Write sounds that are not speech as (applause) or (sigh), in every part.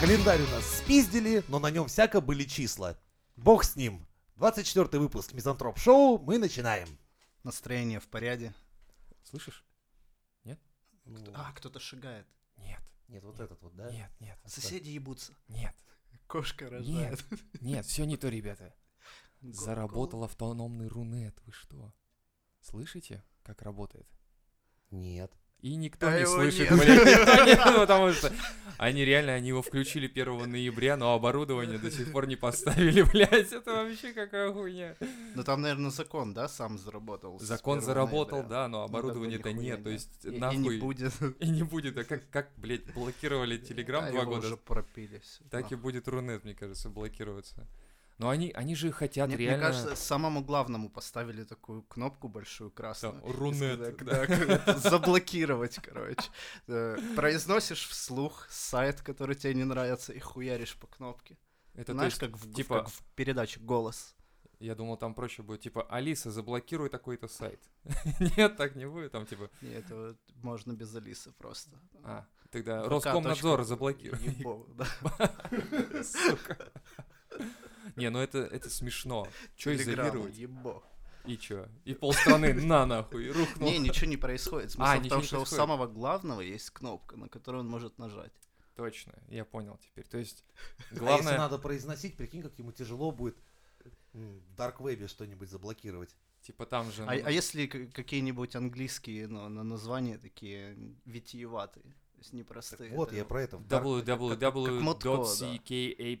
календарь у нас спиздили, но на нем всяко были числа. Бог с ним. 24 выпуск Мизантроп Шоу. Мы начинаем. Настроение в порядке. Слышишь? А, кто-то шагает. Нет, Нет, вот этот вот, да? нет, нет, Соседи ебутся. нет, Кошка рожает. нет, все не то, ребята. Гол- Заработал автономный рунет, вы что? Слышите, как работает? Нет. И никто А не его слышит, нет. блядь, никто не- (laughs) ну, потому что они реально, они его включили 1 ноября, но оборудование до сих пор не поставили, (laughs) блядь, это вообще какая хуйня. гол. Ну там, наверное, закон, да, сам заработал. с Закон 1 заработал, ноября. да, но Ну, как бы оборудования-то нихуя нет, не- то есть и- и нахуй. не будет. (laughs) И не будет, а как, как блядь, блокировали А Телеграм два его года уже пропили. всё. Так и Нахуй. будет Рунет, мне кажется, блокироваться. Но они, они же хотят Мне, мне реально... кажется, самому главному поставили такую кнопку большую красную. Там, и «Рунет», сказали, да. да, (laughs) Заблокировать, короче. Э, Произносишь вслух сайт, который тебе не нравится, и хуяришь по кнопке. это, то Знаешь, есть, как в, типа- как в передаче «Голос». я думал, там проще будет, типа, Алиса, заблокируй такой-то сайт. (laughs) Нет, так не будет, там, типа, И это вот можно без Алисы просто. а, тогда VK. Роскомнадзор (laughs) заблокируй. Ебо, да. Сука. Не, ну это, это смешно. Че Телеграмма, изолировать? Ебо. И че? И полстраны на нахуй, Не, рухнул. ничего не происходит. Смысл в ничего том, не что у происходит. самого главного есть кнопка, на которую он может нажать. Точно, я понял теперь. То есть, А Главное... А если главное, надо произносить, прикинь, как ему тяжело будет м, в Дарквебе что-нибудь заблокировать. типа, там же... А, ну, а если к- какие-нибудь английские ну, на названия такие витиеватые, то есть Так непростые? вот, это я вот. про это. в Dark-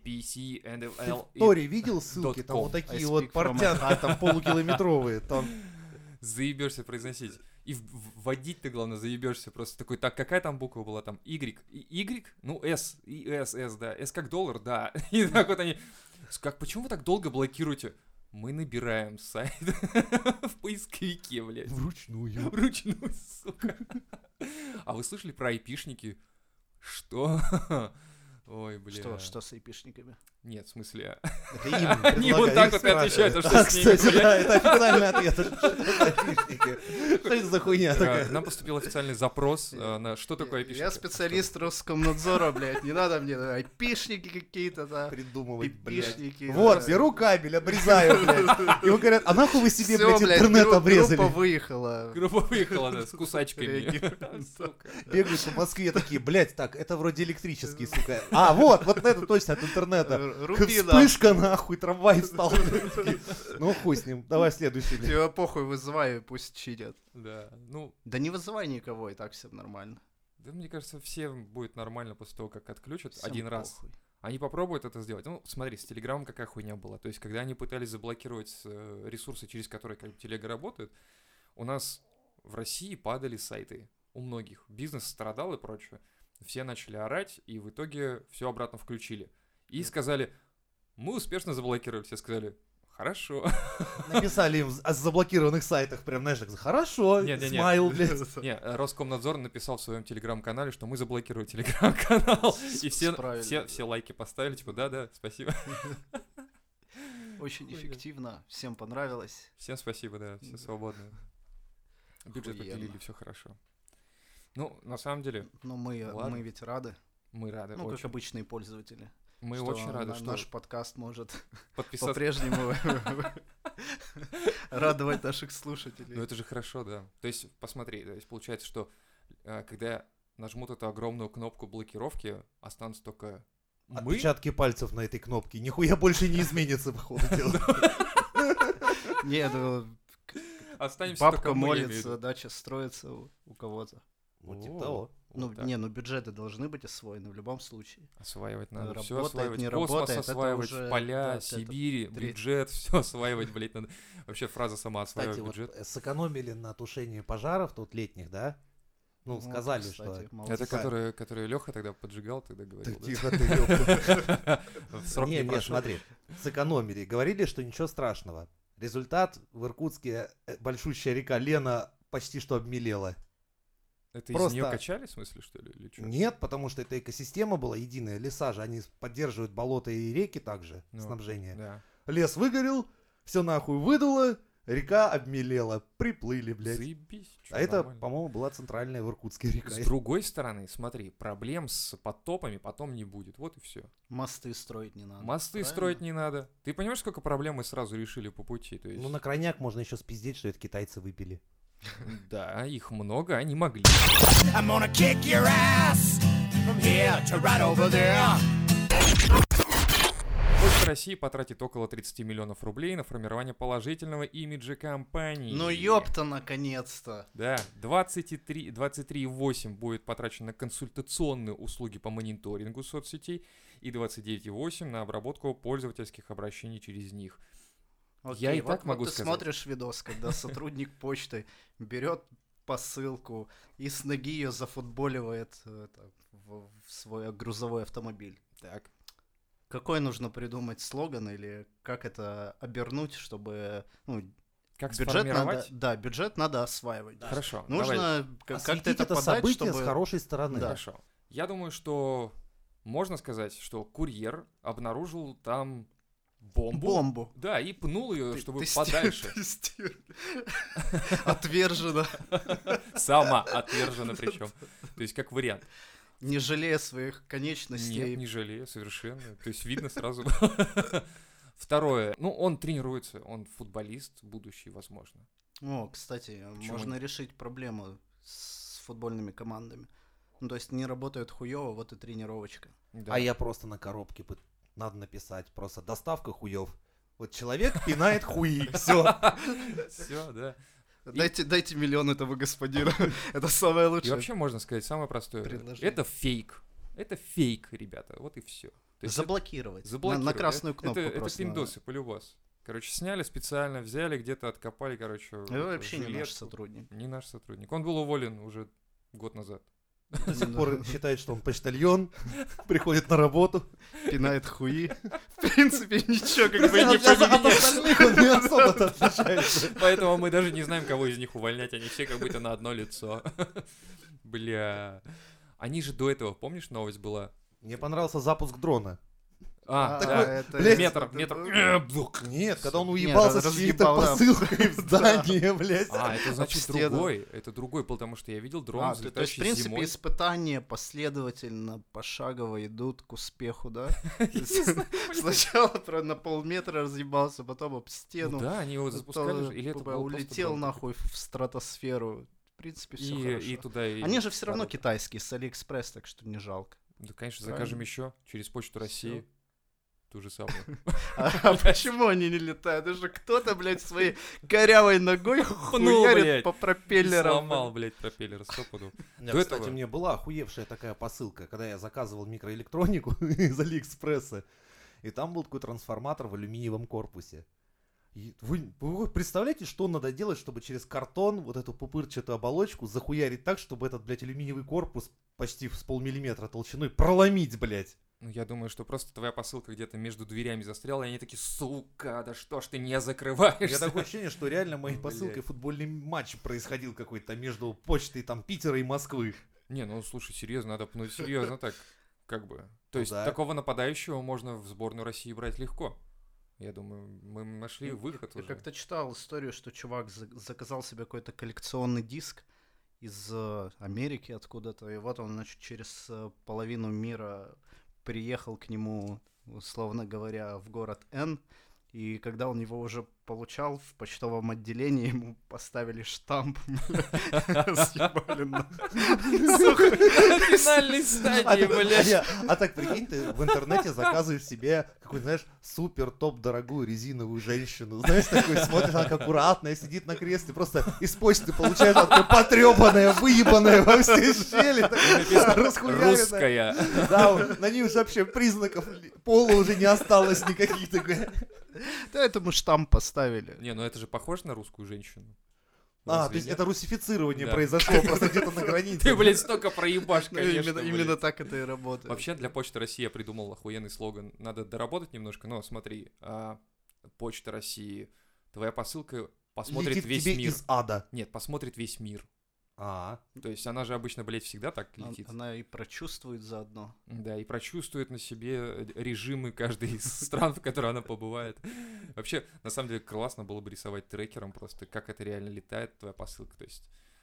В www.ckapcnl Торе видел ссылки, там com. вот I такие speak вот from портянки, там полукилометровые, там (laughs) заебешься произносить. И в- в- вводить ты, главное, заебешься просто такой, так, какая там буква была там? Y, и Y, ну, S, и S, S, да, S как доллар, да. (laughs) И так вот они, «С- как, почему вы так долго блокируете? Мы набираем сайт (laughs) в поисковике, блядь, вручную. вручную, сука. А вы слышали про айпишники? Что? Ой, блядь. Что, что с айпишниками? Нет, в смысле, Это им (laughs) Они вот так предлагают, вот их и отвечают, а спрашивают. что А, с ними, кстати, да, это официальный ответ. (laughs) Что это за фишники? Что это за хуйня э, такая? к нам поступил официальный запрос э, на что такое айпишники. Я специалист Роскомнадзора, блядь, не надо мне да, айпишники какие-то, да, Придумывать, блядь. пипишники. Вот, беру кабель, обрезаю, (laughs) блядь. Ему говорят, а нахуй вы себе, блядь, интернет Группа обрезали? выехала. Группа выехала, да, с (laughs) кусачками. Реагирует. Сука. Бегают по Москве такие, блядь, так, это вроде электрический, сука. А, вот, вот на это точно от интернета. Р- Рубина. Вспышка, нахуй, трамвай встал. Ну, хуй с ним, давай следующий. блядь. Тебя похуй вызывай, и пусть чинят. Да, ну, Да не вызывай никого, и так всем нормально. да, мне кажется, всем будет нормально после того, как отключат Всем один раз. похуй. Они попробуют это сделать. Ну, смотри, с Телеграмом какая хуйня была. То есть, когда они пытались заблокировать э, ресурсы, через которые как бы Телега работает, у нас в России падали сайты. У многих. Бизнес страдал и прочее. Все начали орать, и в итоге все обратно включили. И сказали, мы успешно заблокировали. Все сказали, хорошо. Написали им о заблокированных сайтах, прям, знаешь, так, хорошо, Не-не-не. смайл, блядь. Не, э, Роскомнадзор написал в своем телеграм-канале, что мы (laughs) заблокировали телеграм-канал. И все, справили, все, да. все лайки поставили, типа, да-да, спасибо. (laughs) Очень Хуйня. эффективно, всем понравилось. Всем спасибо, да, все Да. свободны. Бюджет Охуенно. поделили, все хорошо. Ну, на самом деле, Но мы, э, Ладно. мы ведь рады, мы рады. ну, очень. как обычные пользователи. Мы что очень рады, на- что наш подкаст (laughs) может подписаться. (laughs) по-прежнему радовать наших слушателей. Ну, это же хорошо, да. То есть, посмотри, то есть получается, что э, когда нажмут эту огромную кнопку блокировки, останутся только А А мы. Отпечатки пальцев на этой кнопке. Нихуя больше не изменится, походу, дела. Не, ну, Останемся бабка только мы, я имею в молится, виду. дача строится у у кого-то. Вот типа О, того. вот Ну, так. не, ну бюджеты должны быть освоены в любом случае. Осваивать надо. все Работает, осваивать. не Космос работает, это осваивать, уже, поля, да, это Сибири, треть. бюджет, (laughs) все осваивать, блядь, надо. Вообще фраза сама осваивать Кстати, вот бюджет. э, сэкономили на тушении пожаров тут летних, да? Ну, Вот, сказали, кстати, что... молодцы. Это который, который Леха тогда поджигал, тогда Ты говорил. да? тихо, ты (laughs) ёпта. (laughs) В Срок Не, не не, прошел. смотри. Сэкономили. Говорили, что ничего страшного. Результат в Иркутске э, большущая река Лена почти что обмелела. Это из просто- нее качали, в смысле, что ли, или что? Нет, потому что эта экосистема была единая. Леса же, они поддерживают болота и реки также, Ну, снабжение. Да. Лес выгорел, все нахуй выдуло, Река обмелела, приплыли, блядь. Заебись, чё, А это, нормально. по-моему, была центральная в Иркутске река. С другой стороны, смотри, проблем с подтопами потом не будет. Вот и все. Мосты строить не надо. Мосты правильно? строить не надо. Ты понимаешь, сколько проблем мы сразу решили по пути? То есть, Ну, на крайняк можно еще спиздеть, что это китайцы выпили. Да, их много, они могли. I'm gonna kick your ass from here to right over there. Почта России потратит около 30 миллионов рублей на формирование положительного имиджа компании. Ну ёпта, наконец-то. Да, 23 23,8 будет потрачено на консультационные услуги по мониторингу соцсетей и 29,8 на обработку пользовательских обращений через них. Я Окей, и вот- так могу вот Ты сказать. смотришь видос, когда сотрудник (laughs) почты берет посылку и с ноги ее зафутболивает э, это, в, в свой грузовой автомобиль. Так. Какой нужно придумать слоган или как это обернуть, чтобы ну, Как бюджет надо, сформировать? да, бюджет надо осваивать. Хорошо, давай. Нужно к- как-то Осветить это, подать, А событие чтобы с хорошей стороны. Да. Хорошо. Я думаю, что можно сказать, что курьер обнаружил там бомбу. бомбу. Да, и пнул ее, Ты- чтобы ты стер- подальше. ты стер- (laughs) Отвержено. Сама отвержена причем. То есть как вариант. Не жалея своих конечностей. Нет, не жалею, совершенно. То есть видно сразу. Второе. Ну, он тренируется, он футболист будущий, возможно. О, Ну, кстати, можно решить проблему с футбольными командами. Ну, то есть не работает хуево, вот и тренировочка. Да. А я просто на коробке пы- надо написать. Просто доставка хуев. Вот человек пинает хуи. (laughs) Все. Все, да. И- Дайте, дайте миллион этого господина. (laughs) Это самое И лучшее. вообще можно сказать самое простое. предложение. Это фейк. Это фейк, ребята. Вот и все. Заблокировать. На- Заблокировали. На, красную Это- кнопку Это, это просто. пиндосы, полюбас. Короче, сняли специально, взяли, где-то откопали, короче. надо. Это вообще не наш жилетку. сотрудник. Не наш сотрудник. Он был уволен уже год назад. До сих (laughs) пор считает, что он почтальон. (laughs) Приходит на работу. Пинает хуи. (laughs) В принципе, ничего как бы и не А От поменяешь. остальных он не особо-то отличается. Поэтому мы даже не знаем, кого из них увольнять. Они все как будто на одно лицо. Бля. Они же до этого, помнишь, новость была? Мне понравился запуск дрона. А, А, да. это- блядь, Метр, (laughs) метр. Бук. Нет, когда он Ну, Нет, уебался с разъебал, чьей-то (laughs) да. посылкой в здание, блядь. А, это значит стену. другой. Это другой, потому что я видел дрон, А, ты- то есть, в взлетающий принципе, зимой. испытания последовательно, пошагово идут к успеху, (laughs) да? Не знаю, Сначала про- на полметра разъебался, потом об Ну стену. Да, они его потом, запускали. же, Или это б- было просто улетел дрон? нахуй в стратосферу. В принципе, все хорошо. И, и туда и... Они же все равно китайцы. китайские, с Алиэкспресс, так что не (laughs) жалко. Да, конечно, Правильно. закажем еще через почту России. Ту же самую. А а почему они не летают? Это же кто-то, блядь, своей корявой (laughs) ногой Ну, блядь, хуярит по И пропеллерам. Сломал, блядь, пропеллер стопуду. У меня, До кстати, этого- мне была охуевшая такая посылка, когда я заказывал микроэлектронику (laughs) из Алиэкспресса, и там был такой трансформатор в алюминиевом корпусе. И вы, вы представляете, что надо делать, чтобы через картон вот эту пупырчатую оболочку захуярить так, чтобы этот, блядь, алюминиевый корпус почти с полмиллиметра толщиной проломить, блядь. Ну, я думаю, что просто твоя посылка где-то между дверями застряла, и они такие, сука, да что ж ты не У закрываешь? меня такое ощущение, что реально моей Блядь. посылкой футбольный матч происходил какой-то между почтой там Питера и Москвы. (laughs) Не, ну, слушай, серьезно, надо пнуть серьезно так, как бы. То есть да. такого нападающего можно в сборную России брать легко. Я думаю, мы нашли выход Ну, Я уже. как-то читал историю, что чувак за- заказал себе какой-то коллекционный диск из э, Америки откуда-то, и вот он, значит, через э, половину мира приехал к нему, условно говоря, в город Н, и когда он его уже получал в почтовом отделении, ему поставили штамп, (laughs) съебали нахуй. Сука, (laughs) Финальной стадии, ты- блядь. а, а так прикинь, ты в интернете заказываешь себе какую-то, знаешь, супер топ дорогую резиновую женщину. Знаешь, такой смотришь, она как аккуратная, сидит на кресле, просто из почты получаешь она такая потрепанная, выебанная во все щели, такая расхуяренная. Русская. Да, вот, на ней уже вообще признаков ли- пола уже не осталось никаких. такой. Да, этому штамп поставили. Не, ну это же похоже на русскую женщину. А, Разве то есть нет? это русифицирование Да. (laughs) произошло просто где-то на границе. Ты, блядь, столько проебашь, Ну, Именно конечно, именно блядь. так это и работает. Вообще для Почты России я придумал охуенный слоган. Надо доработать немножко, но смотри, а, Почта России, твоя посылка посмотрит Летит весь тебе мир. из ада. Нет, посмотрит весь мир. А, То есть она же обычно, блядь, всегда так Он- летит. Она и прочувствует заодно. Да, и прочувствует на себе режимы каждой из стран, в которой она побывает. Вообще, на самом деле, классно было бы рисовать трекером просто, как это реально летает, твоя посылка. То есть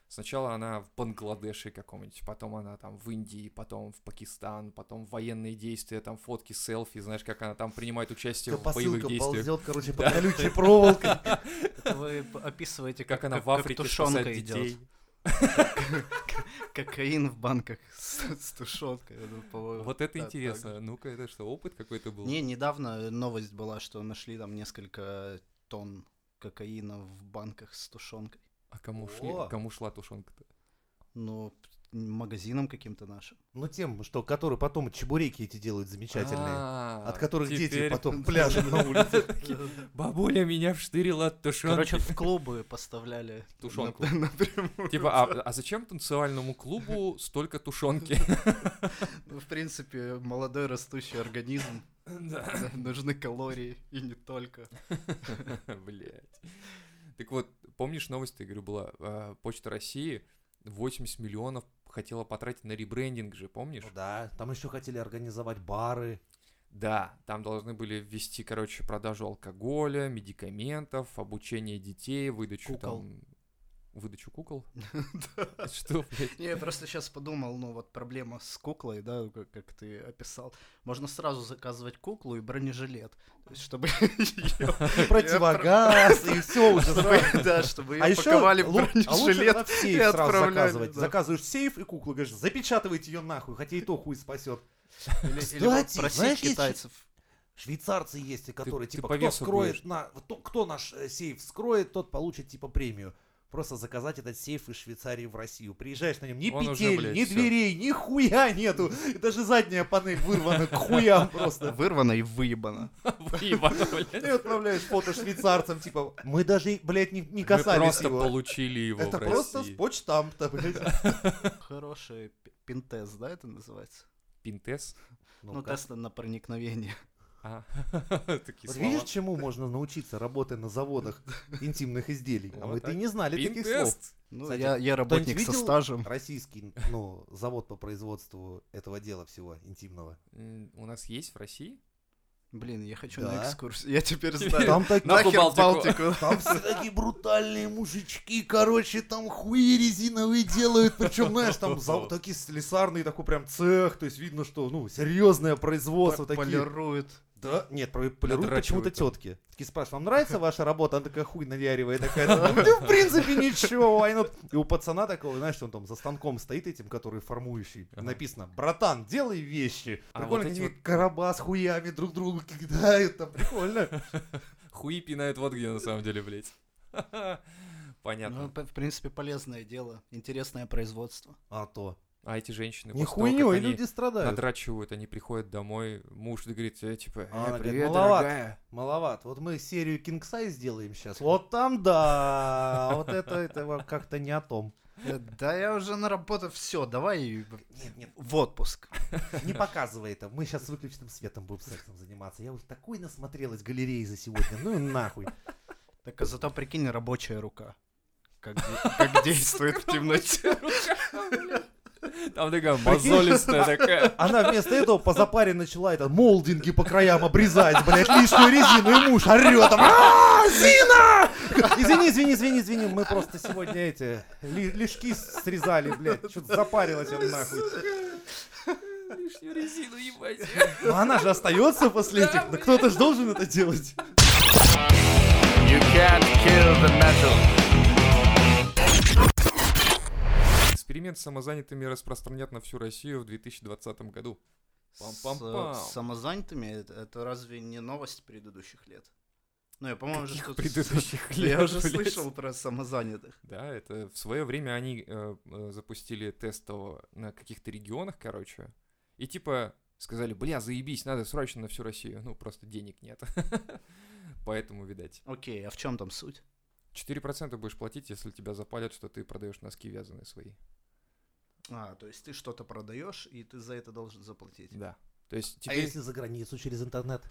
сначала она в Бангладеше каком-нибудь, потом она там в Индии, потом в Пакистан, потом военные действия, там фотки, селфи, знаешь, как она там принимает участие эта в боевых посылка действиях. ползет, короче, под колючей проволокой. Это вы п- описываете, Как она в как Африке тушёнка спасает детей. идет. Кокаин в банках (laughs) с, с тушенкой. это, по-моему, Вот это да, так интересно. же. Ну-ка, это что, опыт какой-то был? Не, недавно новость была, что нашли там несколько тонн кокаина в банках с тушенкой. А кому, шли, О. кому шла тушенка-то? Ну, магазином каким-то нашим. Ну, тем, что, которые потом чебуреки эти делают замечательные, А, от которых дети теперь потом Ну, пляжем на (laughs) улице. Бабуля меня вштырила от тушенки. Короче, (laughs) (laughs) в клубы поставляли (laughs) Тушёнку. нап- напрямую. Типа, а, а зачем танцевальному клубу столько тушенки? Ну, в принципе, молодой растущий организм. (laughs) Да, Нужны калории и не только. Блять. Так вот, помнишь новость, я говорю, была? А, Почта России 80 миллионов хотела потратить на ребрендинг же, помнишь? Ну да, там еще хотели организовать бары. Да, там должны были ввести, короче, продажу алкоголя, медикаментов, обучение детей, выдачу Кукол. там... Выдачу кукол? (laughs) Что, блядь? Не, я просто сейчас подумал, ну вот проблема с куклой, да, как, как ты описал. Можно сразу заказывать куклу и бронежилет, то есть, чтобы её- И Противогаз, и все уже чтобы- сразу. да, чтобы А ее еще паковали в а лучше бронежилет. надо в сейф и сразу отправляли, заказывать. да. Заказываешь сейф и куклу, говоришь, запечатывайте ее нахуй, хотя и то хуй спасет. Или- или вот Кстати, знаешь, Просить есть китайцев. Швейцарцы есть, и которые, ты типа, по кто весу вскроет будешь. на... вот то- кто наш э, сейф вскроет, тот получит, типа, премию. Просто заказать этот сейф из Швейцарии в Россию. Приезжаешь на нем, ни Он уже, петель, блядь, ни всё. дверей, ни хуя нету. И даже задняя панель вырвана к хуям просто. (laughs) Вырвано (laughs) и выебано. Выебано, Ты блядь. отправляешь фото швейцарцам, типа, мы даже, блядь, не, не (laughs) Мы касались просто его. получили его Это в просто с России. (laughs) почтамта, блядь. Хороший пи- пинтест, да, это называется? Пинтес? Ну, тест на проникновение. А, (laughs) такие Вот слова. видишь, чему можно научиться, работая на (laughs) заводах интимных изделий? А Вот мы-то и так. не знали таких слов. Пинтест? Ну, Кстати, я, я работник со видел стажем. Российский, ну, завод по производству этого дела всего интимного. М, У нас есть в России? Блин, я хочу Да. на экскурсию. Я теперь (laughs) Тебе- знаю. Там так- Нахуй Нахер Балтику. Балтику. Там все такие брутальные мужички, короче, там хуи резиновые делают, причем, знаешь, там зав- такие слесарные, такой прям цех, то есть видно, что, ну, серьезное производство, П- такие. Полирует. Да, нет, про- полируют Надрачивают почему-то там. тетки. Такие спрашивают, вам (laughs) нравится ваша работа? Она такая хуй наяривая, такая, «Ну, ты, в принципе, ничего, why not?» И у пацана такого, знаешь, он там за станком стоит этим, который формующий, Ага. написано, братан, делай вещи. А Прикольно, вот эти они короба с хуями друг другу кидают, там прикольно. Хуи пинают вот где на самом деле, блядь. (laughs) Ну, Ну, Понятно. п- в принципе, полезное дело. Интересное производство. А то. А эти женщины Не после того, как хуйней, они люди страдают. надрачивают, они приходят домой, муж говорит, э, типа, «Э, А она (laughs) говорит, ну привет, «Маловато». дорогая. Маловат. Вот мы серию King Size сделаем сейчас. Вот там да. А Вот это, это во- как-то не о том. Э, Да я уже на работу. Все, давай Нет, нет, в отпуск. не показывай это. Мы сейчас с выключенным светом будем сексом заниматься. Я уже такой насмотрелась галереи за сегодня. Ну и нахуй. Так а зато прикинь, рабочая рука. Как, (laughs) де- как действует в темноте. (laughs) Там такая мозолистая такая. (laughs) Она вместо этого по запаре начала это молдинги по краям обрезать, блядь, лишнюю резину, и муж орёт там, «А, Зина! Извини, извини, извини, извини, мы просто сегодня эти ли- лишки срезали, блядь, что-то запарилась она нахуй. э, Лишнюю резину ебать. Но она же остается после этих, да кто-то же должен это делать. You can't kill the metal. Эксперимент с самозанятыми распространят на всю Россию в 2020 году. Пам-пам-пам. С, э, самозанятыми это, это разве не новость предыдущих лет? Ну, я, по-моему, уже что-то... Предыдущих лет, Я уже блядь. (laughs) слышал про самозанятых. Да, это в свое время они э, э, запустили тестово на каких-то регионах, короче, и типа сказали, бля, заебись, надо срочно на всю Россию. Ну, просто денег нет. (laughs) Поэтому, видать. Окей, а в чем там суть? 4% будешь платить, если тебя запалят, что ты продаешь носки вязаные свои. А, то есть ты что-то продаешь, и ты за это должен заплатить. Да. То есть А теперь... если за границу через интернет?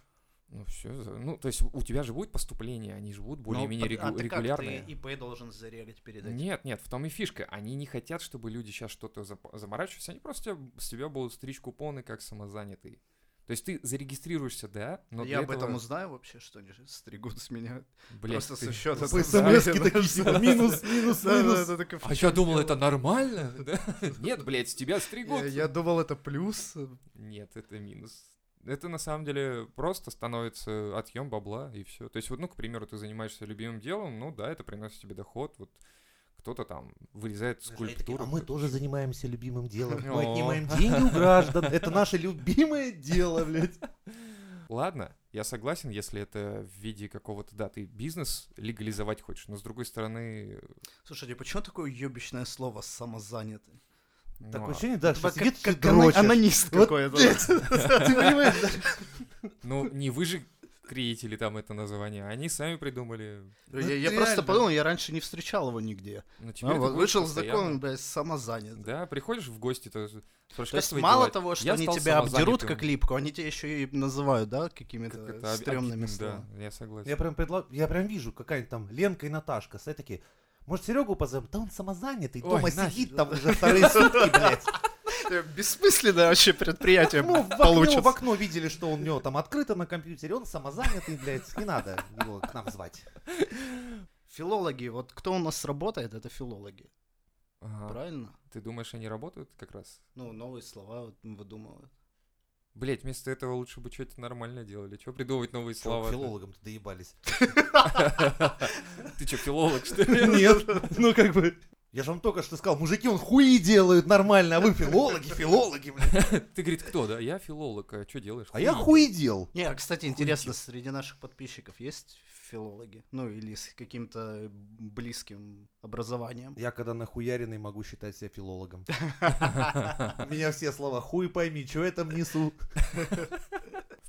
Ну все, ну то есть у тебя же будет поступление, они же будут более-менее Ну, а регу- ты как, регулярные. ты ИП должен зарегать перед этим. Нет, нет, в том и фишка. Они не хотят, чтобы люди сейчас что-то зап- заморачивались. Они просто тебя- с тебя будут стричь купоны как самозанятый. То есть ты зарегистрируешься, да, но Я для об этом этого- узнаю вообще, что они же стригут с меня. Блядь, Просто ты- со (laughs) счета. По смс-ке такие типа, минус, минус, минус. А я думал, это нормально. (laughs) да? Нет, блядь, с тебя стригут. Я думал, это плюс. Нет, это минус. Это на самом деле просто становится отъем бабла и все. То есть, вот, ну, к примеру, ты занимаешься любимым делом, ну да, это приносит тебе доход. Вот кто-то там вырезает скульптуру. А мы тоже занимаемся любимым (laughs) делом. Мы О. отнимаем деньги у граждан. Это наше любимое дело, блядь. Ладно, я согласен, если это в виде какого-то, да, ты бизнес легализовать хочешь, но с другой стороны... Слушайте, а почему такое ебищное слово «самозанятый»? ну, Такое а- ощущение, да, что Типа сидит и ана- дрочишь. анонист Вот какой-то. (laughs) Ты понимаешь, да? Ну, не вы же креатили там это название, они сами придумали. Я, Ну, я это просто реально. подумал, я раньше не встречал его нигде. А, Но Ну, теперь ты вот будешь вышел постоянно- закон, блядь, самозанятый. Да, приходишь в гости, то спрашиваешь, То «Как есть твои мало дела?» того, что «Я они стал тебя обдерут самозанятым». как липку, они тебя еще и называют, да, Как это какими-то об- стрёмными обидно, словами. Да, я согласен. Я прям предла- я прям вижу, какая-нибудь там Ленка и Наташка стоят такие. Может, Серегу позовем? Да он самозанятый, Ой, дома нахер. сидит (laughs) там уже вторые сутки, блядь. Бессмысленное вообще предприятие Ну, в окно, получится. в окно видели, что он у него там открыто на компьютере, он самозанятый, блядь, не надо его к нам звать. Филологи, вот кто у нас работает, это филологи, Ага. правильно? Ты думаешь, они работают как раз? Ну, новые слова вот выдумывают. Блять, вместо этого лучше бы что-то нормально делали. Чего придумывать новые Чего к слова? филологам-то доебались? Ты че, филолог, что ли? (laughs) Нет, ну как бы... Я же вам только что сказал, мужики, он хуи делают нормально, а вы филологи, филологи, блядь. Ты, говорит, кто, да? Я филолог, а что делаешь? А я хуи дел. Не, а, кстати, интересно, среди наших подписчиков есть филологи? Ну, или с каким-то близким образованием? Я когда нахуяренный могу считать себя (laughs) филологом. У меня все слова хуй пойми, что я там несу.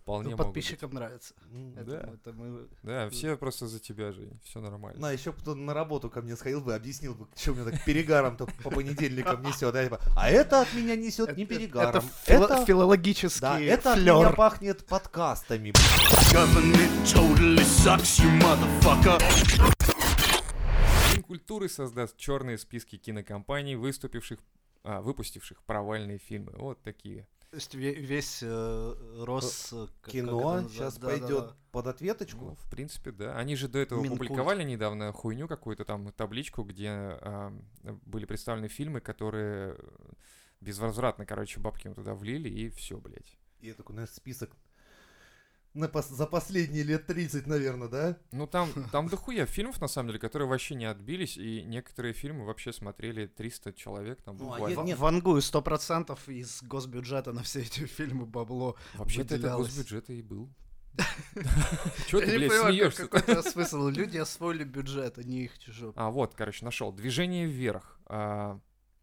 Вполне Ну, могу подписчикам нравится. М, Да. Это- это мы- быть. Да, все просто за тебя, Жень. Все нормально. На, еще бы кто на работу ко мне сходил бы, объяснил бы, что у меня так перегаром-то по понедельникам несет. а я типа, А это от меня несет не это- перегаром. Это, фило- Это- филологический Да, это от меня флёр. пахнет подкастами. Government totally sucks, you motherfucker. День культуры создаст черные списки кинокомпаний, выступивших а, выпустивших провальные фильмы. Вот такие. То есть ве- весь э, Рос... э, как- как это Кино назва- сейчас да, да, пойдет да. под Ну, ответочку. в принципе, да. Они же до этого Минкульт. публиковали недавно хуйню какую-то там табличку, где а, были представлены фильмы, которые безвозвратно, короче, бабки им туда влили, и все, блядь. И я такой, знаешь, список на пос- за последние лет 30, наверное, да? Ну (laughs) там, там дохуя фильмов, на самом деле, которые вообще не отбились, и некоторые фильмы вообще смотрели 300 человек там Ну, а буквально. е- Нет. В Вангую 100% из госбюджета на все эти фильмы бабло. Вообще-то это выделялось. госбюджет и (laughs) был. Чего Я ты, не блядь, понимаю, как- смеешься? какой-то смысл. Люди освоили бюджет, а не их чужой. А, вот, короче, нашел. Движение вверх. А,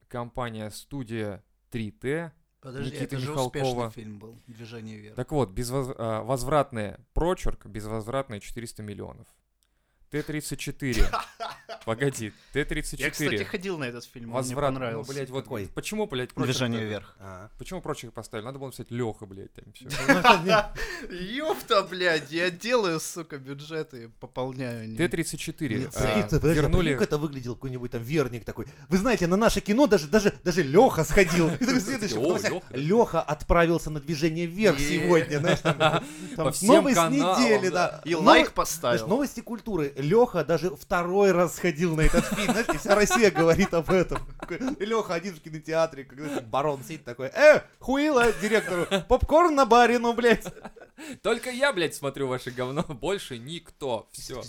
Компания студия 3Т. Подожди, Никиты это же Михалкова. успешный фильм был «Движение вверх». Так вот, безвоз- а, возвратная прочерк, безвозвратная 400 миллионов. (laughs) Т-34. Погоди, Т-34. Я, кстати, ходил на этот фильм, он мне Возврат. Ну, понравился. (laughs) блядь, вот Какой? почему, блядь, прочерк-то? «Движение (laughs) вверх». А. Почему прочих поставили? Надо было написать Леха, блядь, там все. Ну, Ёпта, блядь, я делаю, сука, бюджеты, пополняю. а они. Т-34. Нет, прикиньте, а, подожди, а прикинь, Вернули... как это выглядел какой-нибудь там верник такой. Вы знаете, на наше кино даже даже даже Леха (laughs) сходил. И такой следующий, О, потом вся- Лёха. Леха отправился на движение вверх Е. сегодня, знаешь, (laughs) там, там По всем новость каналам, недели, да. да. И Ново- лайк знаешь, Ну, поставил. новости культуры. Леха даже второй раз сходил на этот фильм, знаешь, и вся Россия говорит об этом. Леха один в кинотеатре, когда этот барон сидит такой, э, хуила директору, попкорн на барину, блядь. (laughs) Только я, блядь, смотрю ваше говно, (laughs) больше никто. Все.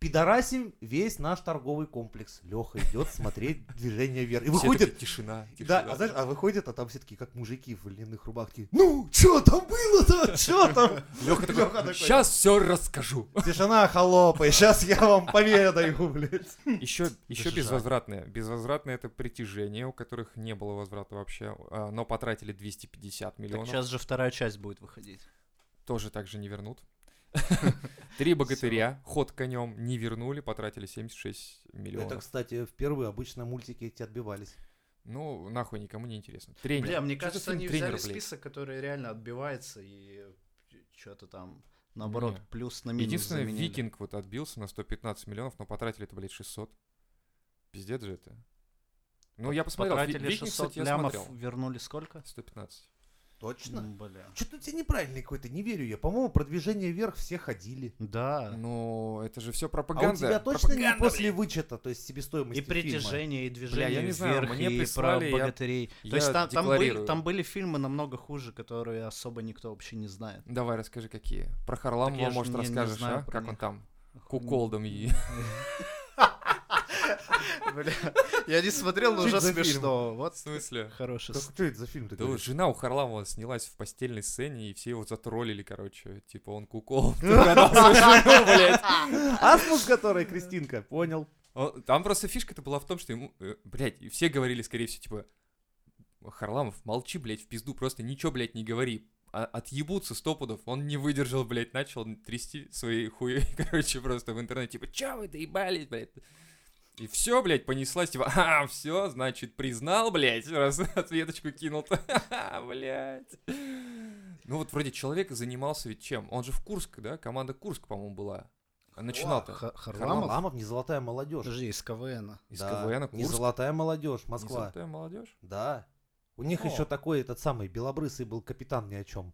Пидорасим весь наш торговый комплекс. Леха идет смотреть (laughs) движение вверх. И выходит. тишина, Да, а знаешь, а выходит, а там все такие, как мужики в льняных рубах, такие, ну, чё там было-то, (laughs) чё там? Леха такой, Лёха такой, сейчас все расскажу. Тишина, холопы, сейчас я вам поведаю, (laughs) блядь. Еще, еще жаль. безвозвратное. Безвозвратное это притяжение, у которых не было возврата вообще, а, но потратили 250 Так миллионов. сейчас же вторая часть будет выходить. Тоже так же не (laughs) вернут. Три богатыря, ход конем не вернули, потратили 76 Это, миллионов. кстати, впервые обычно мультики эти отбивались. Ну, нахуй никому не интересно. Тренер. Бля, мне Чё за кажется, фильм они «Тренер», взяли блядь? список, который реально отбивается и что-то там, наоборот, Не. плюс на минус Единственное, заменили. Викинг вот отбился на 115 миллионов, но потратили это, блядь, 600. Пиздец же это. Ну, я посмотрел. Ви- Потратили Викинг, 600 кстати, я лямов, смотрел. вернули сколько? 115. Точно? М, Бля. Что-то у тебя неправильный какой-то, не верю я. По-моему, продвижение вверх все ходили. Да. Но Ну, это же все А у пропаганда. тебя точно не после вычета, то есть себестоимости И (laughs) притяжение, и движение я не знаю, вверх, мне и прислали, я- про богатырей. я То есть та- там, были, декларирую. там были фильмы намного хуже, которые особо никто вообще не знает. Давай, расскажи, какие. Так я Про Харламова, ж может, не- не расскажешь, знаю а? про Как он них. там? (laughs) Куколдом и... Бля, я не смотрел, но Чуть уже за фильм. смешно. Вот В смысле? хороший Как, с- что это за фильм ты Да вот говоришь? жена у Харламова снялась в постельной сцене, и все его затроллили, короче. Типа (laughs) он кукол. Асмус, который, Кристинка, понял. Он- Там просто фишка-то была в том, что ему, э, блядь, и все говорили, скорее всего, типа, Харламов, молчи, блядь, в пизду, просто ничего, блядь, не говори. А- отъебутся сто пудов. Он не выдержал, блядь, начал трясти свои хуи, (laughs) короче, просто в интернете, типа, чё вы доебались, блядь? И все, блядь, понеслась, типа, а, все, значит, признал, блядь, раз (laughs) ответочку кинул-то, (laughs) Ха-ха, блядь. Ну вот вроде человек занимался ведь чем? Он же в Курск, да? Команда Курск, по-моему, была. Начинал-то. Ха- Харламов? Харламов не золотая молодежь. Подожди, из КВН. Из Да, КВН -а Не Курск. золотая молодежь, Не Москва. золотая молодежь? Да. У них О. еще такой этот самый белобрысый был капитан ни о чем.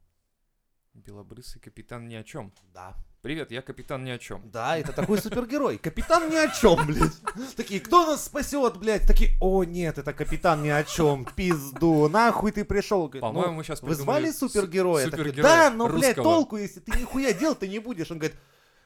Белобрысый капитан ни о чем. Да. Привет, я капитан ни о чем. Да, это такой супергерой. Капитан ни о чем, блядь. Такие, кто нас спасет, блядь? Такие, о нет, это капитан ни о чем. Пизду, нахуй ты пришел. Говорит, «Ну, По-моему, сейчас Вы звали супергероя? Такой, да, супергероя но, блядь, русского». толку, если ты нихуя делать ты не будешь. Он говорит,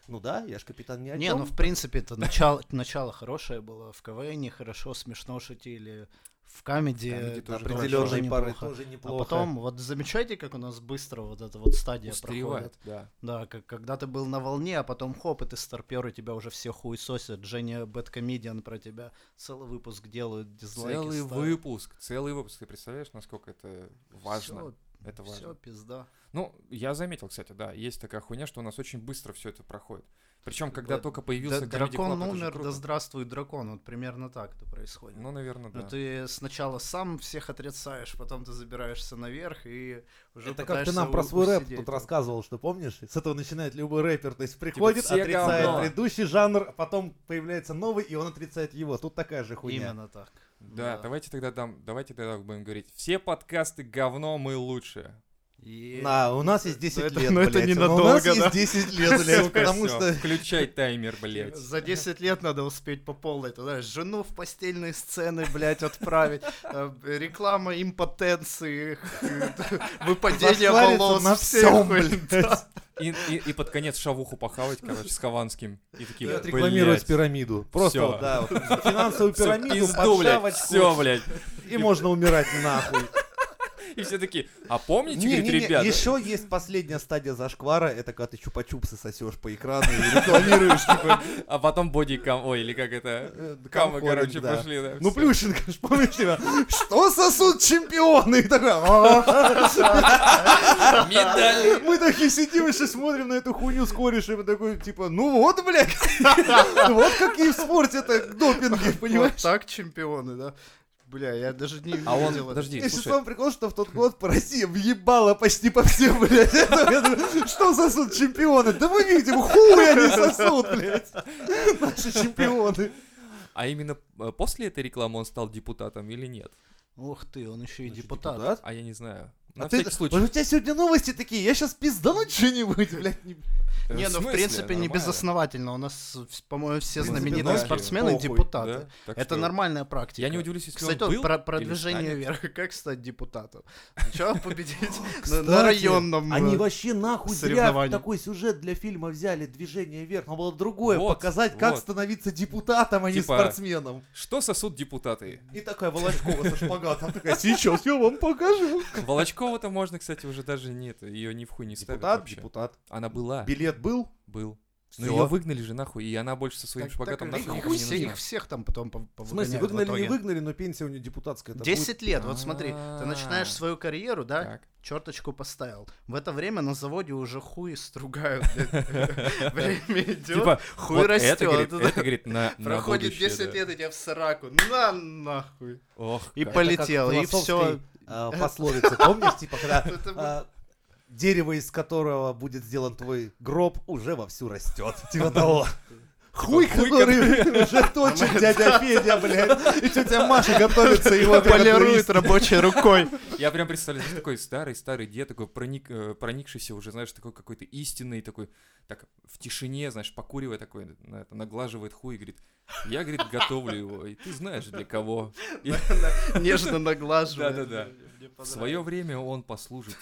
ну да, я ж капитан ни о чем. Не, ну в принципе, это начало, (laughs) начало хорошее было. В КВН хорошо, смешно шутили. В Камеди камеди тоже определенной тоже поры неплохо. тоже А неплохо. потом, вот замечайте, как у нас быстро вот эта вот стадия проходит. Устаревает, да. Да, как когда ты был на волне, а потом хоп, и ты старпер, и тебя уже все хуесосят. Женя Бэткомедиан про тебя целый выпуск делают, дизлайки Целый ставят. выпуск, целый выпуск. Ты представляешь, насколько это важно? Всё, это важно. всё, пизда. Ну, я заметил, кстати, да, есть такая хуйня, что у нас очень быстро все это проходит. Причем, когда Да- только Да, появился Comedy дракон Club, это же умер, да круто. здравствуй дракон. Вот примерно так это происходит. Ну, наверное, Но да. ты сначала сам всех отрицаешь, потом ты забираешься наверх и уже Это как ты пытаешься нам про свой рэп усидеть. тут рассказывал, что помнишь? С этого начинает любой рэпер. То есть приходит, Типа все отрицает говно. предыдущий жанр, а потом появляется новый, и он отрицает его. Тут такая же хуйня. Именно так. Да, давайте тогда дам, давайте тогда будем говорить. Все подкасты говно, мы лучше. И- Да, у нас есть 10 Но это- лет, ну но это блядь. Ну, ненадолго, У нас да. есть 10 лет, блядь, Сука, потому всё, что... Включай таймер, блядь. За 10 лет надо успеть по полной. Ты знаешь, жену в постельные сцены, блядь, отправить. э, Реклама импотенции, (laughs) э, выпадение Зашквариться волос. на всей всём, хуйни, блядь. да. И, и- и под конец шавуху похавать, короче, с Хованским. И такие, И отрекламировать «Блядь, пирамиду. Просто, Всё. вот, да, вот, финансовую всё, пирамиду, пизду, блядь, подшавочку, все, блядь. и можно умирать (laughs) нахуй. И все такие, а помните, Не, говорит, не, не, ребята, Еще есть последняя стадия зашквара, это когда ты чупа-чупсы сосешь по экрану и рекламируешь, типа, а потом бодикам, ой, или как это, э, камы, комфорт, короче, да. пошли, да. Ну, всё. Плющенко, ж помнишь тебя? Что сосут чемпионы? И такой, «А-а-а». Медали. мы такие сидим и сейчас смотрим на эту хуйню с корешем, и такой, типа, ну вот, блядь, Ну вот какие в спорте это допинги, понимаешь? Вот так чемпионы, да? Бля, я даже не А он, видел это. подожди, И слушай, сам прикол, что в тот год по России въебало почти по всем, блядь. Я думаю, Что сосут чемпионы? Да мы видим, хуй они сосут, блядь. Наши чемпионы. а именно э, после этой рекламы он стал депутатом или нет? Ух ты, он еще и Значит, депутат. депутат? А я не знаю. А На ты- всякий случай. Вот у тебя сегодня новости такие, я сейчас пиздану что-нибудь, блядь. не- Э, Не, ну в смысле? принципе не Нормально. безосновательно. У нас, в- по-моему, все В принципе, знаменитые да. спортсмены Похуй, Да, депутаты. так Это что нормальная практика. Я не удивлюсь, если Кстати, он вот был про, про или движение станет. вверх. (laughs) Как стать депутатом? Сначала (laughs) победить на- на Кстати, районном. Они э, вообще нахуй зря соревнования. такой сюжет для фильма взяли, движение вверх. Надо было другое Вот, показать, как вот. становиться депутатом, а не Типа- спортсменом. Что сосут депутаты? И такая Волочкова со шпагатом такая, сейчас я вам покажу. Волочкова-то можно, кстати, уже даже нет, ее ни в хуй не ставят Депутат, вообще. депутат. Ну, Она была, Билет был? был. Но Всё. ее выгнали же нахуй, и она больше со своим так- шпагатом так и (laughs) нахуй хуй никому не все, нужна. их всех там потом пов- В смысле, повыгоняют в выгнали, не итоге. выгнали, но пенсия у нее депутатская. это будет- 10 лет, вот смотри, ты А-а-а. начинаешь свою карьеру, да, А. Так. черточку поставил. В это время на заводе уже хуй (laughs) стругают. Время идет, Типа, хуй вот Это растет. говорит, это говорит на, на Проходит будущее, 10 да. лет, и тебя в сараку. На нахуй. Ох, И Это как как. а, полетел, и в все. философской, э, Пословица, помнишь, типа, когда (laughs) Это а, дерево, из которого будет сделан твой гроб, уже вовсю растет. (laughs) Типа того. Хуй, хуй, который (laughs) (laughs) уже точит дядя Федя, блядь. И тетя Маша готовится (laughs) его Полирует рабочей рукой. Я прям представляю, знаешь, такой старый-старый дед, такой проник, э, проникшийся уже, знаешь, такой какой-то истинный, такой, так, в тишине, знаешь, покуривая такой, на это, наглаживает хуй и говорит, я, говорит, готовлю его, и ты знаешь для кого. И (laughs) Нежно наглаживает. Да-да-да. Мне в понравилось. свое время он послужит.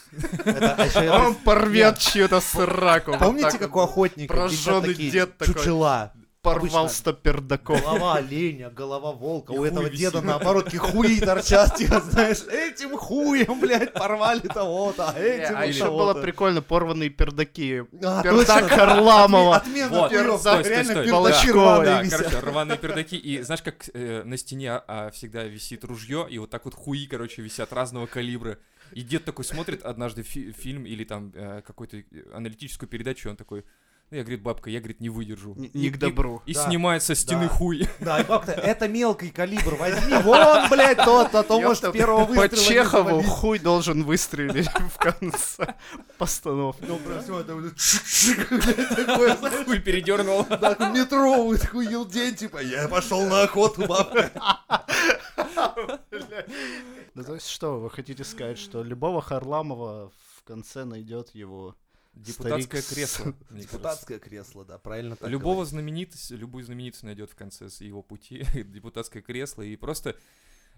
А рабочий. Он порвет чью-то сраку. вот Помните, так как у вот. охотника? прожжённый висят такие дед такой. (laughs) Чучела. Порвал обычно- сто пердаков. (laughs) Голова оленя, голова волка. И У хуй этого висит. деда, наоборот, такие хуи торчат, (laughs) типа, знаешь, этим хуем, блядь, порвали того-то, а Э, этим А вот еще было того-то. прикольно, порванные пердаки. А, Пердак точно, Харламова. Отмена Вот, перов, стой, да, стой, реально стой. пердачи Волочковый, рваные Да, висят. короче, рваные пердаки, и знаешь, как э, на стене а, всегда висит ружье, и вот так вот хуи, короче, висят разного калибра. И дед такой смотрит однажды фи- фильм или там э, какую-то э, аналитическую передачу, и он такой, ну, я, говорит, бабка, я, говорит, не выдержу. Н- И- Не к и- добру. И Да. снимает со Да. стены хуй. (laughs) Да, и бабка, это мелкий калибр, (laughs) возьми, вон, блядь, тот, а то, может, Ёпта, первого выстрела По не Чехову завалить. хуй должен выстрелить (laughs) в конце постановки. Ну, прям всё это вот шик-шик, блядь, такое, знаешь, Хуй передернул. так, в метро, вот такой елдень, типа, я пошел на охоту, бабка. Да то есть что, вы хотите сказать, что любого Харламова в конце найдет его Депутатское Старик с- кресло. мне кажется. Депутатское кресло, да, правильно так Любого знаменитость, любую знаменитость найдет в конце с его пути (laughs) депутатское кресло. И просто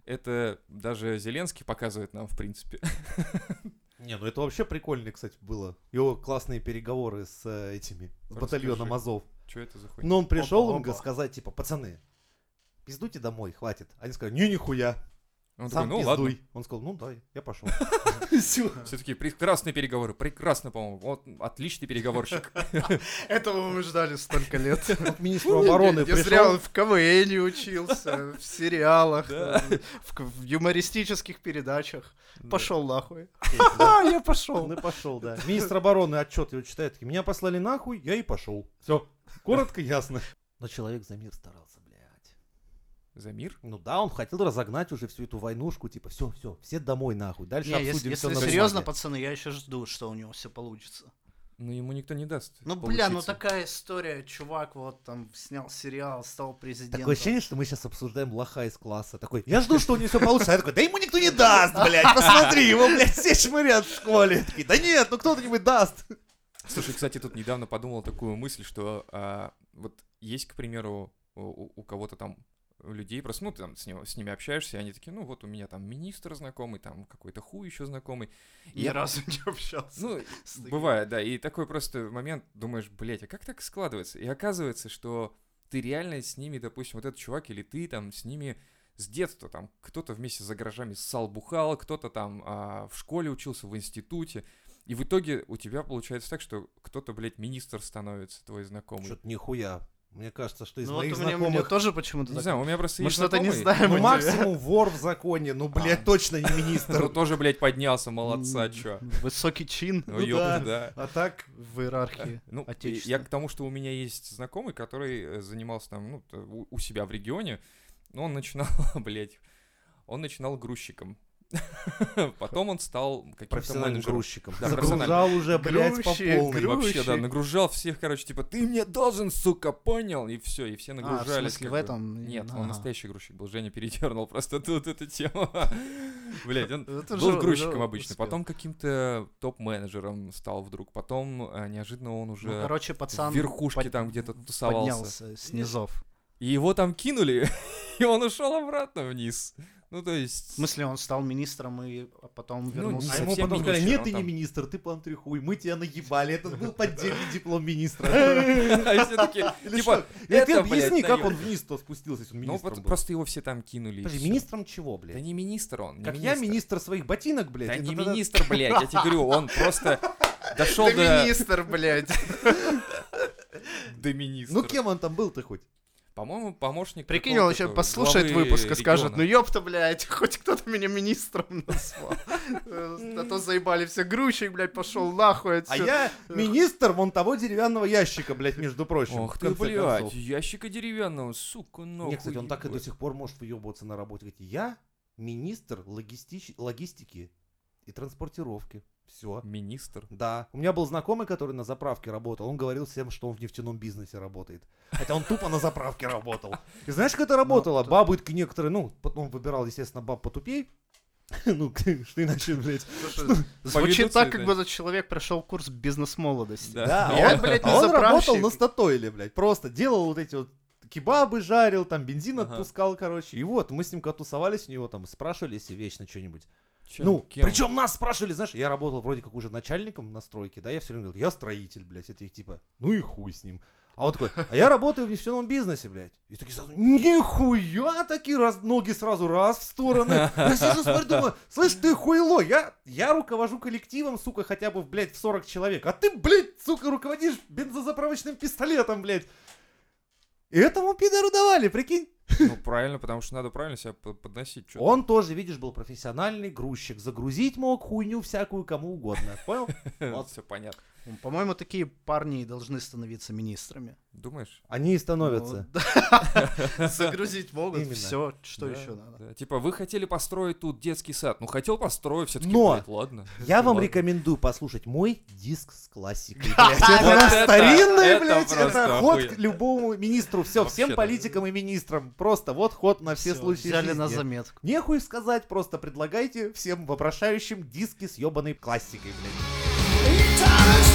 это даже Зеленский показывает нам, в принципе. (laughs) Не, ну это вообще прикольно, кстати, было. Его классные переговоры с э, этими, с батальоном Расскажи. Азов. Что это за хуйня? Но он пришел им Опа-опа. сказать, типа, пацаны, пиздуйте домой, хватит. Они сказали, не, нихуя, Он сам такой, ну пиздуй. ладно. Он сказал, ну да, я пошел. Все-таки прекрасные переговоры, прекрасно, по-моему. Вот (laughs) отличный переговорщик. Этого мы ждали столько лет. К (laughs) министру обороны Ну, Не зря пришел. он в КВН -е учился, в сериалах, Да. там, в к- в юмористических передачах. Да. Пошел нахуй. (laughs) Да. А, я Он пошел. и пошел, да. Министр обороны отчет его читает, такие, меня послали нахуй, я и пошел. Все, коротко, ясно. Но человек за мир старался, блядь. За мир? Ну да, он хотел разогнать уже всю эту войнушку, типа, все, все, все домой нахуй, дальше обсудим если все на серьезно, бумаге». пацаны, я еще жду, что у него все получится. Ну ему никто не даст. Ну, бля, ну получиться. такая история. Чувак вот там снял сериал, стал президентом. Такое ощущение, что мы сейчас обсуждаем лоха из класса. Такой, я жду, что у него все получится. А я такой, да ему никто не даст, блядь, посмотри, его, блядь, все шмырят в школе. Такие, да нет, ну кто-нибудь даст. Слушай, кстати, тут недавно подумал такую мысль, что а, вот есть, к примеру, у, у- у кого-то там у людей просто, ну, ты там с, него- с ними общаешься, и они такие, ну, вот у меня там министр знакомый, там какой-то хуй еще знакомый. И Ни разу не общался. Ну, с таким. бывает, да, и такой просто момент, думаешь, блядь, а как так складывается? И оказывается, что ты реально с ними, допустим, вот этот чувак или ты там с ними с детства, там, кто-то вместе за гаражами ссал, бухал, кто-то там а, в школе учился, в институте, и в итоге у тебя получается так, что кто-то, блядь, министр становится, твой знакомый. Что-то нихуя. Мне кажется, что из Ну, вот моих у меня, мне знакомых... тоже почему-то Не так. знаю, у меня просто Мы есть что-то не (laughs) знаем. знакомый, (laughs) Ну, о тебе. максимум вор в законе, ну, блядь, А. точно не (laughs) который министр. тоже, блядь, поднялся, молодца, М, чё. Высокий чин Ну, Ну ёпта, да. да. А так, в иерархии. Ну, и Отечества. я к тому, что у меня есть знакомый, который э, занимался там, ну, т- у у себя в регионе, но он начинал, (laughs) блядь, он начинал грузчиком. (laughs) Потом он стал (laughs) каким-то профессиональным менеджером. грузчиком. Да, Загружал уже, блядь, по Грузчик, полной. гру- Вообще, да, Грузчик. нагружал всех, короче, типа, ты мне должен, сука, понял, и все, и все А, в нагружались. смысле как в бы. этом? Нет, Ага. он настоящий грузчик был, Женя передернул (laughs) просто тут эту тему. (laughs) Блядь, он (laughs) Это был же- грузчиком уже обычно, успел. потом каким-то топ-менеджером стал вдруг, потом э, неожиданно он Ну, уже короче, пацан в верхушке под- там где-то тусовался. Поднялся с низов. И его там кинули, (laughs) и он ушел обратно вниз. Ну, то есть... В смысле, он стал министром и потом Ну, вернулся. не А ему совсем потом сказали, министр, нет, он ты не там- министр, ты хуй, мы тебя наебали, этот был (laughs) поддельный диплом министра. (laughs) А все такие, (laughs) Или типа, что? И ты это, блядь, объясни, как он наёб. вниз-то спустился, если он ну, министром вот был. просто его все там кинули. и Подожди, всё. министром чего, Да блядь? не министр он, не Как я министр своих ботинок, блядь? Да Это не тогда- министр, блядь, я тебе говорю, он просто (laughs) дошел до... министр, блядь. До министра. Ну кем он там был-то хоть? По-моему, (laughs) помощник Прикинь, он еще какого-то послушает главы выпуск и скажет, ну региона. ёпта, блядь, (laughs) хоть кто-то меня министром назвал. А то заебали все грузчик, блядь, пошел нахуй А (laughs) отсюда. я министр вон того деревянного ящика, блядь, между прочим. Ох в ты, конце блядь, концов. ящика деревянного, сука, нахуй. Не, кстати, он так и до ебать. сих пор может выебываться на работе. Говорит, я министр логистич- логистики и транспортировки. Все. Министр. Да. У меня был знакомый, который на заправке работал. Он говорил всем, что он в нефтяном бизнесе работает. Хотя он тупо на заправке работал. И знаешь, как это работало? Ну, тут- Бабы некоторые, ну, потом выбирал, естественно, баб потупей. (laughs) Ну, что иначе, блядь. (laughs) Звучит поведутся так, и как так. будто человек прошел курс бизнес-молодости. Да. Да, Я, а он, блядь, а на он работал заправщик. на статойле, блядь. Просто делал вот эти вот кебабы жарил, там бензин Ага. отпускал, короче. И вот, мы с ним тусовались у него там, спрашивали, если вечно что-нибудь. Чем? ну, Кем? причем нас спрашивали, знаешь, я работал вроде как уже начальником на стройке, да, я все время говорил, я строитель, блядь, это их типа, ну и хуй с ним. А он такой, а я работаю в нефтяном бизнесе, блядь. И такие сразу, нихуя, такие раз, ноги сразу раз в стороны. Я сижу, смотрю, думаю, слышь, ты хуйло, я, я руковожу коллективом, сука, хотя бы, блядь, в 40 человек, а ты, блядь, сука, руководишь бензозаправочным пистолетом, блядь. И этому пидору давали, прикинь. Ну, правильно, потому что надо правильно себя п- подносить. чё ты. Он тоже, видишь, был профессиональный грузчик. Загрузить мог хуйню всякую кому угодно. (laughs) Понял? (laughs) Вот. все понятно. По-моему, такие парни и должны становиться министрами. Думаешь? Они и становятся. Ну, да. (laughs) Загрузить могут Именно. все, что Да, еще надо. да. Типа, вы хотели построить тут детский сад. Ну, хотел построить, все-таки, Но! ладно. Я Ну, вам ладно. рекомендую послушать мой диск с классикой, (laughs) блядь. Это Вот это- старинный, это блядь, это просто ход охуенно. к любому министру. Все, всем Вообще-то. политикам и министрам. Просто вот ход на все Всё, случаи Взяли на жизни. заметку. Нехуй сказать, просто предлагайте всем вопрошающим диски с ебаной классикой, блядь. Tired of